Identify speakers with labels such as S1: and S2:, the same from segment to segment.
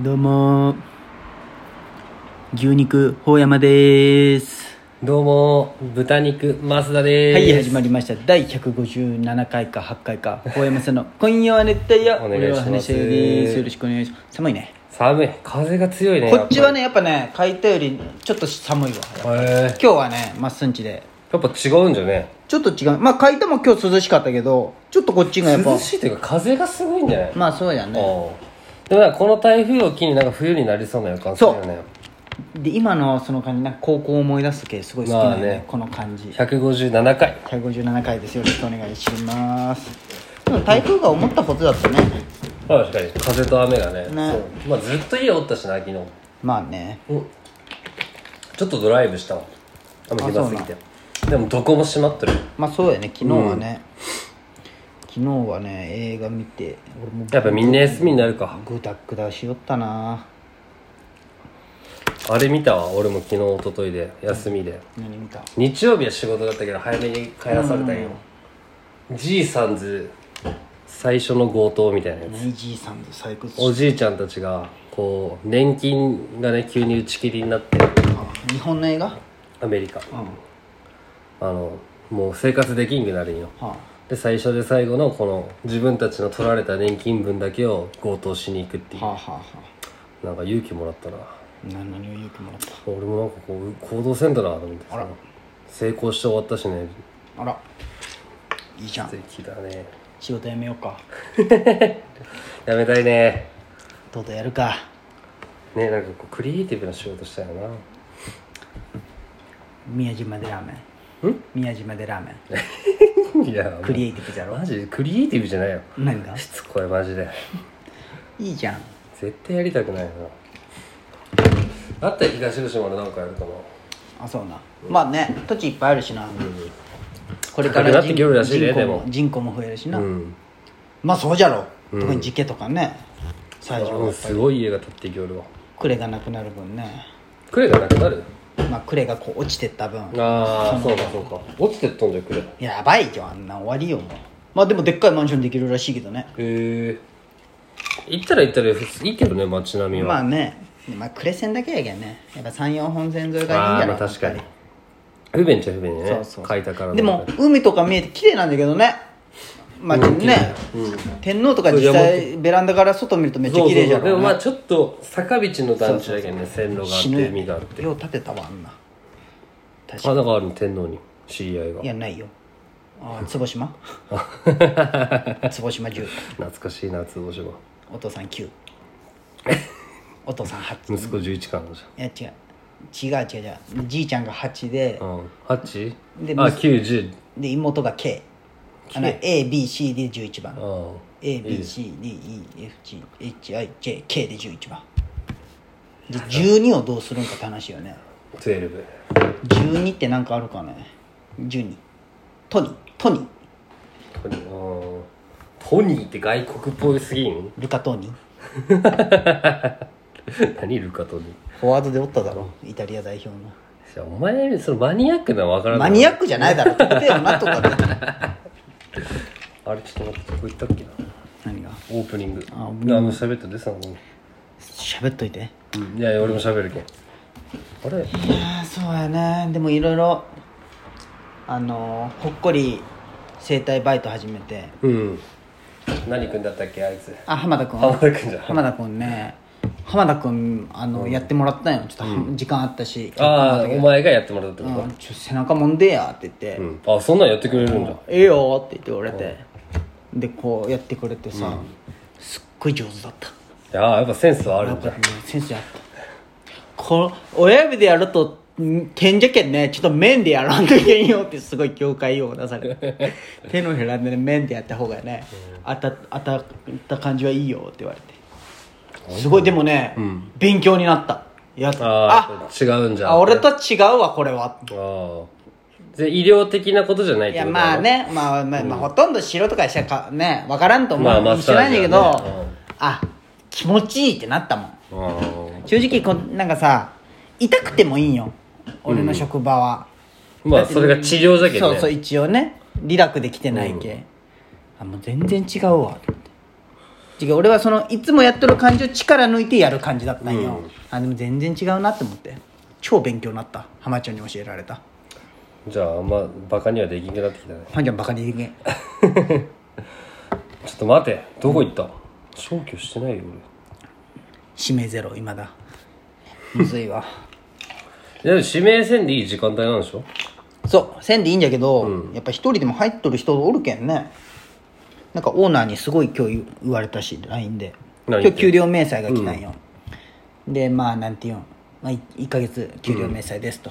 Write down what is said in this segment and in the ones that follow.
S1: どうも牛肉ほうやまです
S2: どうも豚肉増田です
S1: はい始まりました第157回か8回かほうやまさ んの「今夜は熱帯夜」
S2: お願いします
S1: 俺は話し合いですよろしくお願いします寒いね
S2: 寒い風が強いね
S1: こっちはねやっぱね書いたよりちょっと寒いわ
S2: やっぱりへえ
S1: 今日はねまっすんちで
S2: やっぱ違うんじゃね
S1: ちょっと違うまあ書いたも今日涼しかったけどちょっとこっちがやっぱ
S2: 涼しいというか風がすごいんじゃない、
S1: まあそうやね
S2: うんでもなんかこの台風を機になんか冬になりそうな予感するよね
S1: で今のその感じなんか高校を思い出すけすごい好きなんよね,、
S2: まあね
S1: この感じ
S2: 157回
S1: 157回ですよろしくお願いしますでも台風が思ったことだったね
S2: 確かに風と雨がね
S1: ね
S2: そうまあずっと家おったしな昨日
S1: まあね
S2: うんちょっとドライブしたわ雨暇すぎてでもどこも閉まってる
S1: まあそうやね昨日はね、昨日はね映画見て俺も
S2: やっぱみんな休みになるか
S1: グダグダしよったな
S2: あれ見たわ俺も昨日一昨日で休みで、
S1: 何見た
S2: 日曜日は仕事だったけど早めに帰らされたんよ、じいさんず最初の強盗みたいなやつ、
S1: 何じいさんと採掘
S2: お
S1: し
S2: じいちゃんたちがこう年金がね急に打ち切りになって
S1: た日本の映画うん
S2: アメリカ
S1: は
S2: あのもう生活できんくなるんよ
S1: あ
S2: で最初で最後のこの自分たちの取られた年金分だけを強盗しに行くってい
S1: はあはあは
S2: うなんか勇気もらったな
S1: あな何を勇気もらっ
S2: 俺もなんかこう行動せんだなと思って
S1: あら
S2: さ成功して終わったしね
S1: たあらいいじゃん
S2: 素敵だね
S1: 仕事辞めようか
S2: やめたいね
S1: とうとうやるか
S2: ねなんかこうクリエイティブな仕事したよな
S1: 宮島でラーメン
S2: ん
S1: 宮島でラーメン
S2: いや
S1: クリエイティブじゃろ
S2: マジクリエイティブじゃないよ
S1: 何が
S2: しつこいマジ で
S1: いいじゃん
S2: 絶対やりたくないよなあったら東吉島で何かやるかな
S1: あそうなまあね土地いっぱいあるしな、これか
S2: 高くな
S1: ら
S2: ってきよるらしいね
S1: 人口
S2: で
S1: も
S2: も
S1: 人口も増えるしな、
S2: うん
S1: まあそうじゃろ、
S2: うん
S1: 特に時家とかね最初
S2: う
S1: は
S2: んすごい家が建っていきよるわ
S1: 呉がなくなる分ね
S2: クレがなくなる
S1: まあ呉がこう落ちてった分
S2: ああそうかそうか落ちてったんじゃクレへ
S1: やばいよあんな終わりよもうまあでもでっかいマンションできるらしいけどね
S2: え行ったら行ったら普通いいけどね街並みは、
S1: まあねまあ呉線だけやけんねやっぱ34本線沿いがいいんじ
S2: あ
S1: ゃ
S2: ーま
S1: ろ
S2: あ確かに不便っちゃ不便ね
S1: そうそう
S2: 書いたからの
S1: でも海とか見えて綺麗なんだけどね街にね、天皇とか実際ベランダから外見るとめっちゃ
S2: そう
S1: 綺
S2: そう
S1: 麗じ
S2: そ
S1: ゃ
S2: うでも
S1: ろ、
S2: まあ
S1: ね、
S2: ちょっと坂道の団地だけどね線路があって
S1: 死ぬよ
S2: 海があって
S1: よう建てたわあんな確か
S2: あだからあるの天皇に知り合いが
S1: にいやないよああ坪 島坪島10
S2: 懐かしいな坪島
S1: お父さん9お父さん8
S2: 息子11かなんじ
S1: いや違う違う違う違うじいちゃんが8で
S2: ゃんうん8
S1: で
S2: あ九910
S1: で妹が K あの ABCD11 番
S2: うん
S1: ABCDEFGHIJK で11番で12をどうするんかって話よね
S2: 12
S1: 12ってなんかあるかね12トニートニー
S2: トニーうんトニーって外国っぽいすぎん
S1: ルカトニー
S2: 何いるかトニー
S1: フォワードでおっただろイタリア代表の
S2: じゃあお前そのマニアックなの分からな
S1: マ
S2: い
S1: ニアックじゃないだろトテよなとか で
S2: あれちょっと待ってどこ行ったっけな
S1: 何が
S2: オープニング
S1: あ
S2: あ
S1: オープニング
S2: の喋ったでさ、
S1: 喋っといて
S2: うん、いやいや俺も喋るけんあれ
S1: いやーそうやねでもいろいろあのーほっこり生態バイト始めて
S2: うん何君だったっけあいつ
S1: あ浜田君
S2: 浜田君じゃん
S1: 浜田君ね浜田君あの、やってもらったんよちょっとは、時間あったし
S2: ああお前がやってもらったってこ
S1: うんちょ背中もんでやって言って、
S2: と、うんあそんなんやってくれるんだ
S1: ええよって言って言われて、でこうやってくれてさ、すっごい上手だった
S2: いやーやっぱセンスはあるんじゃん
S1: 先生やったこ親指でやるとん点じゃけんねちょっと面でやらんといけんよってすごい境界を出されて 手のひらでね面でやった方がね当た当たった感じはいいよって言われてすごいでもね、勉強になったやっあ
S2: ああ違うんじゃん
S1: あ俺とは違うわこれは
S2: ああで医療的なことじゃないっ
S1: い
S2: て
S1: や
S2: こと
S1: まあねまあまあ、まあほとんど素人からしたらかね分からんと思う、
S2: まあマッ
S1: 知
S2: サー
S1: らないんだ
S2: ジ
S1: け
S2: はね
S1: ど、
S2: うん
S1: あ気持ちいいってなったもん
S2: あー
S1: 正直こうなんかさ痛くてもいいんよ俺の職場は、
S2: まあそれが治療じゃけど
S1: そう
S2: ね
S1: そう一応ねリラクできてないけ、あもう全然違うわって違う俺はそのいつもやっとる感じを力抜いてやる感じだったんよ、
S2: うん
S1: あでも全然違うなって思って超勉強になった浜ちゃんに教えられた
S2: じゃああんまバカにはできんくなってきたね
S1: 浜ちゃんバカにできん
S2: ちょっと待てどこ行った、消去してないよ
S1: 指名ゼロ今だむずいわ
S2: 俺でも指名せんでいい時間帯なんでしょ
S1: そう線でいいんじゃけど、やっぱ一人でも入っとる人おるけんねなんかオーナーにすごい今日言言われたし LINE で今
S2: 何
S1: 日給料明細が来たんよ、でまあなんていうん、まあ、い1か月給料明細ですと、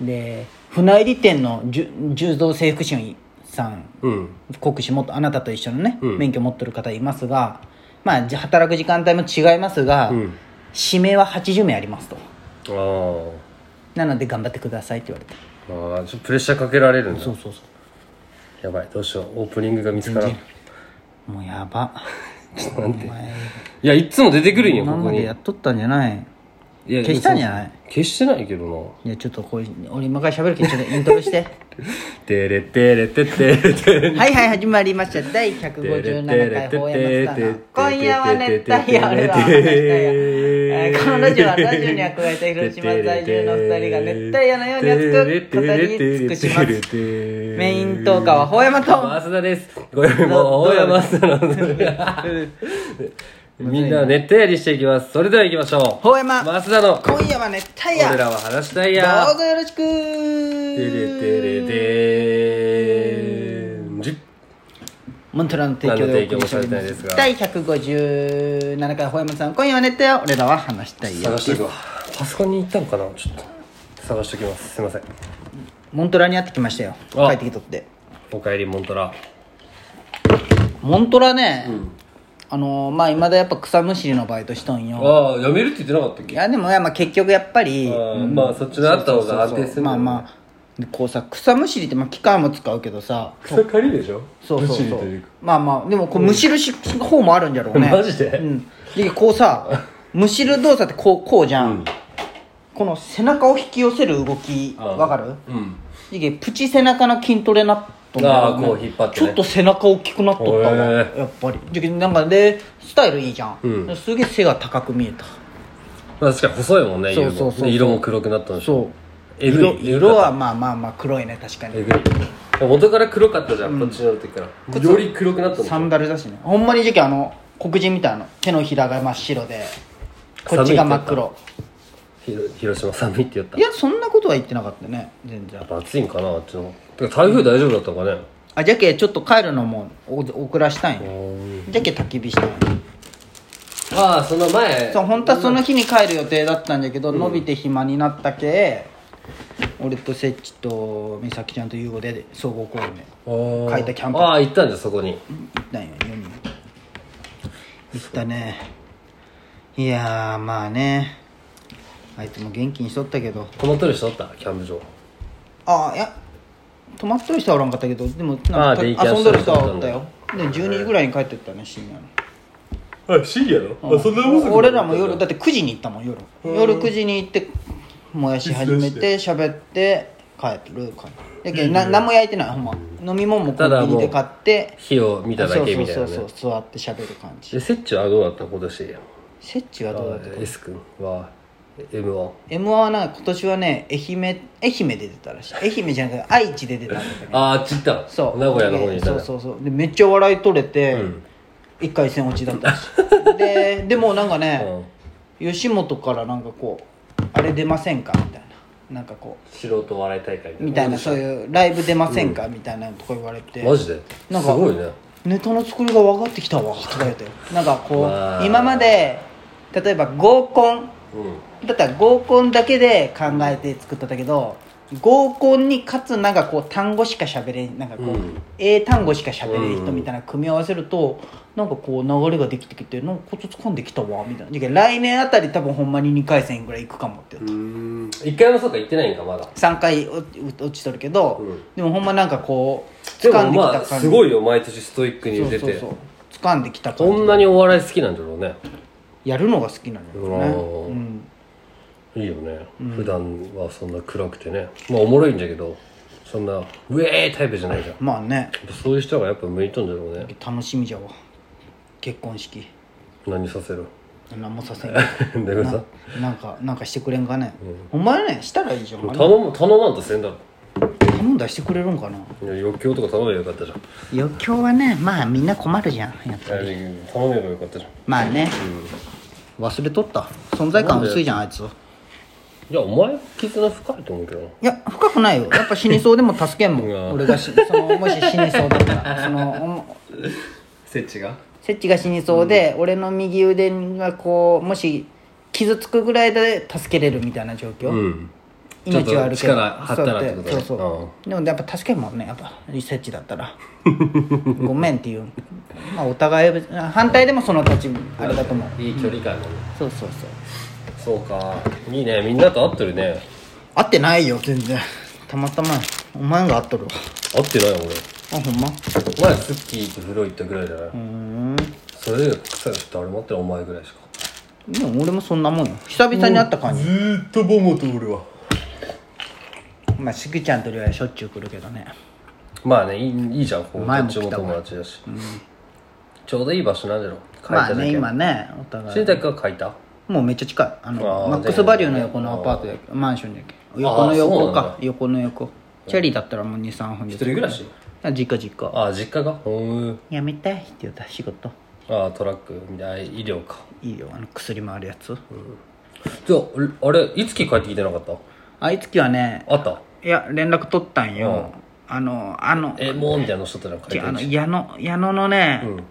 S1: で船入り店のじゅ柔道整復師さん
S2: うん
S1: 国士もっとあなたと一緒のね、
S2: うん
S1: 免許持ってる方いますがまあじゃ働く時間帯も違いますが、
S2: うん
S1: 指名は80名ありますと
S2: あー
S1: なので頑張ってくださいって言われた
S2: あーちょっとプレッシャーかけられるんだ
S1: そうそうそ
S2: やばいどうしようオープニングが見つからんいう
S1: もうやばちょっと待ってお前
S2: やいっつも出てくるんよ
S1: 今
S2: ここ
S1: ま
S2: に
S1: でやっとったんじゃない
S2: いや
S1: 消したんじゃない
S2: 消してないけどない
S1: やちょっとこういう俺今から喋るけどちょっとイントロして
S2: てれてれててれてれ
S1: はいはい始まりました第157回放映松田の今夜は熱帯夜の話だよえーこのラジオはラジオに憧れた広島在住の二人が熱帯夜のように熱く語り尽くしますメイントーカーはほうやまと
S2: 増田ですご用意も大山増田の みんな熱帯夜にしていきますそれでは行きましょう
S1: ほうやま
S2: 増田の
S1: 今夜は熱帯
S2: 俺
S1: 夜
S2: らは話したいや
S1: どうぞよろしく
S2: てれてれてーんじゅ
S1: モントラの提供でお送りしておりま
S2: 何の提供もされてないです
S1: す
S2: が
S1: 第157回ほうやまさん今夜は熱帯夜俺らは話したいよ
S2: 探してくわパソコンに行ったのかなちょっと探しておきますすいません
S1: モントラにやってきましたよ
S2: あ
S1: 帰ってきとって
S2: おかえりモントラ
S1: モントラね、あのーまあいまだやっぱ草むしりのバイトしとんよ
S2: ああやめるって言ってなかったっ
S1: い
S2: け
S1: やでもいやまあ結局やっぱり
S2: うんまあそっちのあった方が安定する
S1: まあ
S2: あ
S1: まあでこうさ草むしりってまあ機械も使うけどさ
S2: 草刈りでしょ
S1: そうそう
S2: むしり
S1: そ
S2: と
S1: う
S2: いうか
S1: まあまあでもこうむしるし方もあるんじゃろうね
S2: マジで
S1: うん、でこうさむしる動作ってこうこうじゃん、この背中を引き寄せる動き
S2: あー
S1: わかる
S2: うん
S1: でプチ背中の筋トレなっとんだよ
S2: あーこう引っ張ってね
S1: ちょっと背中大きくなっとったわ
S2: へー
S1: やっぱりでなんかでスタイルいいじゃん、
S2: うん
S1: すげえ背が高く見えた
S2: まあ確かに細いもんね
S1: そう
S2: 色も
S1: そうそうそう
S2: で色も黒くなったんでしょ
S1: そう
S2: えぐい
S1: 色色はまあまあまあ黒いね確か
S2: え
S1: に
S2: ぐい元から黒かったじゃん、こっちになる時からより黒くなったもん
S1: サンダルだしねほんまに時期あの黒人みたいな手のひらが真っ白でこっちが真っ黒
S2: ひろ広島寒いって言った
S1: いやそんなことは言ってなかったね全然
S2: やっぱ暑いんかなあっちのてか台風大丈夫だったのかね
S1: あじゃけちょっと帰るのもお遅らしたい
S2: あ
S1: ね
S2: ー
S1: じゃけ焚き火したい
S2: あーその前
S1: そう本当はその日に帰る予定だったんだけど、伸びて暇になったけ俺とセッチと美咲ちゃんと優吾で総合公演で
S2: 書
S1: 書いたキャンプ
S2: ああ行ったんじゃんそこに
S1: 行ったんよ4人行ったねいやーまあねあいつも元気にしとったけど
S2: 泊まっとる人おったキャンプ場
S1: ああいや泊まっとる人はおらんかったけどでもなん
S2: あー
S1: か
S2: デイキャン
S1: 遊んどる人はおったよ
S2: し
S1: で12時ぐらいに帰ってったね深夜の
S2: あ深夜のあそんな
S1: 俺らも夜だって9時に行ったもん夜夜9時に行ってもやし始めて喋って帰る感じだけどな何も焼いてないほんま飲み物もコ
S2: ただ
S1: ンビ
S2: も
S1: ニ
S2: う
S1: で買って
S2: 火を見ただけみたいな
S1: そう
S2: ね
S1: そうそう座って喋る感じ
S2: でセッチはどうだった今年
S1: セッチはどうだった
S2: あ S 君は M は
S1: m 1はなんか今年はね愛媛愛媛で出たらしい愛媛じゃなくて愛知で出たんだけどね
S2: あああっち行ったの
S1: そう
S2: 名古屋の方にいた
S1: そ
S2: の
S1: うそうそうでめっちゃ笑い取れて、
S2: うん
S1: 一回戦落ちだったし ででもなんかね、
S2: うん
S1: 吉本からなんかこう「あれ出ませんか?」みたいななんかこ
S2: 素人笑い大会
S1: うみたいなそういう「ライブ出ませんか?」みたいなとこ言われて
S2: マジで
S1: なん
S2: す
S1: か
S2: ごいね
S1: ネタの作りが分かってきたわとか言ってなんかこ
S2: わ
S1: う
S2: ー
S1: 今まで例えば合コン
S2: うん
S1: だったら合コンだけで考えて作っとったけど合コンにかつなんかこう単語しか喋れんなんかこう、
S2: うん
S1: 英単語しか喋れん人みたいな組み合わせると、なんかこう流れができてきてなんかコツ掴んできたわみたいなじゃけ来年あたり多分ほんまに2回戦ぐらい行くかもって言った
S2: うん一回もそうか行ってないんかまだ
S1: 3回お落ちとるけど、
S2: うん
S1: でもほんまなんかこう
S2: で
S1: 掴ん
S2: も
S1: できた
S2: ま
S1: 感
S2: あ
S1: じ、
S2: すごいよ毎年ストイックに出
S1: そうそう
S2: て
S1: そう掴んできた
S2: こ
S1: 感
S2: んなにお笑い好きなんだろうね
S1: じやるのが好きなんだよね
S2: おー
S1: うん
S2: いいよね普段はそんな暗くてねまあおもろいんだけどそんなウェーイタイプじゃないじゃんや
S1: まあね
S2: っぱそういう人がやっぱ向いとんだろうね
S1: 楽しみじゃわ結婚式
S2: 何させる
S1: 何もさせんけど
S2: どういうこ
S1: ななんかなんかしてくれんかね、お前ねしたらいいじゃん
S2: と
S1: 頼
S2: 頼む頼まんとせんだろ
S1: んだらしてくれるんかない
S2: や余興とか頼めばよかったじゃん
S1: 余興はねまあみんな困るじゃんやっぱり
S2: 頼めばよかったじゃん
S1: まあね、忘れとった存在感薄いじゃんあいつ
S2: いやお前絆深いと思うけどない
S1: や深くないよやっぱ死にそうでも助けんも
S2: うわ
S1: ん俺がしそのもし死にそうだったらそのお
S2: 設置が
S1: セッチが死にそうで、俺の右腕がこうもし傷つくぐらいで助けれるみたいな状況、
S2: うん
S1: 命はあるけど
S2: ちょっと力張ったらってことだ
S1: そう
S2: ね
S1: そうそうでもやっぱ助けんもんねやっぱリセッチだったら ごめんっていうまあお互い反対でもその立ちあれだと思う
S2: いい距離感だね
S1: そうそうそう
S2: そうかいいねみんなと会ってるね
S1: 会ってないよ全然たまたまお前が会っとるわ
S2: 会ってない俺
S1: あほんま
S2: お前スッキーと風呂行ったぐらいじゃないう
S1: ーん
S2: それで臭いの誰も会ってないお前ぐらいしか
S1: でも俺もそんなもんよ久々に会った感じ、
S2: ーっとボモと俺は
S1: まあしぐちゃんとりはしょっちゅう来るけどね
S2: まあねいいいいじゃんこうど
S1: 前
S2: っ
S1: も
S2: ち
S1: 来
S2: も
S1: たわ
S2: 友達だし、ちょうどいい場所なんだろ書い
S1: まあ
S2: ただ
S1: ね
S2: け、
S1: 今ねお互い
S2: 新宅は書いた
S1: もうめっちゃ近いあの
S2: あー
S1: マックスバリューの横のアパートやけマンションやけ横
S2: あ
S1: の
S2: ーそう
S1: 横
S2: なんだ
S1: か横の横チェリーだったらもう23分で
S2: 一人暮らし
S1: あ実家実家
S2: ああ実家がうん
S1: やめたいって言った仕事
S2: ああトラックみたいな医療か
S1: いいよあの薬回るやつ、
S2: じゃああれいつき帰ってきてなかった
S1: あいつきはね
S2: あった
S1: いや連絡取ったんよ、あのあの
S2: えもうみたいなのしとったら書い
S1: 違
S2: て
S1: うあ
S2: る
S1: の
S2: し
S1: 矢野矢野のね
S2: うん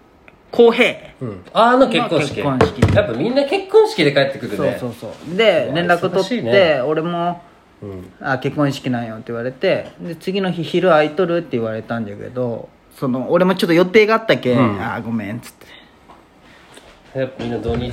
S1: 浩平、
S2: うん、ああの結婚式
S1: の結婚式
S2: やっぱみんな結婚式で帰ってくる
S1: そう
S2: ね
S1: そうそうで
S2: うわ
S1: 連絡
S2: 忙
S1: 取
S2: し
S1: っ
S2: い
S1: て、
S2: ね
S1: 俺も
S2: うん
S1: 「あ結婚式なんよ」って言われてで次の日昼空いとるって言われたんだけどその俺もちょっと予定があったけ「
S2: うん
S1: あごめん」っつって
S2: やっぱみんな土日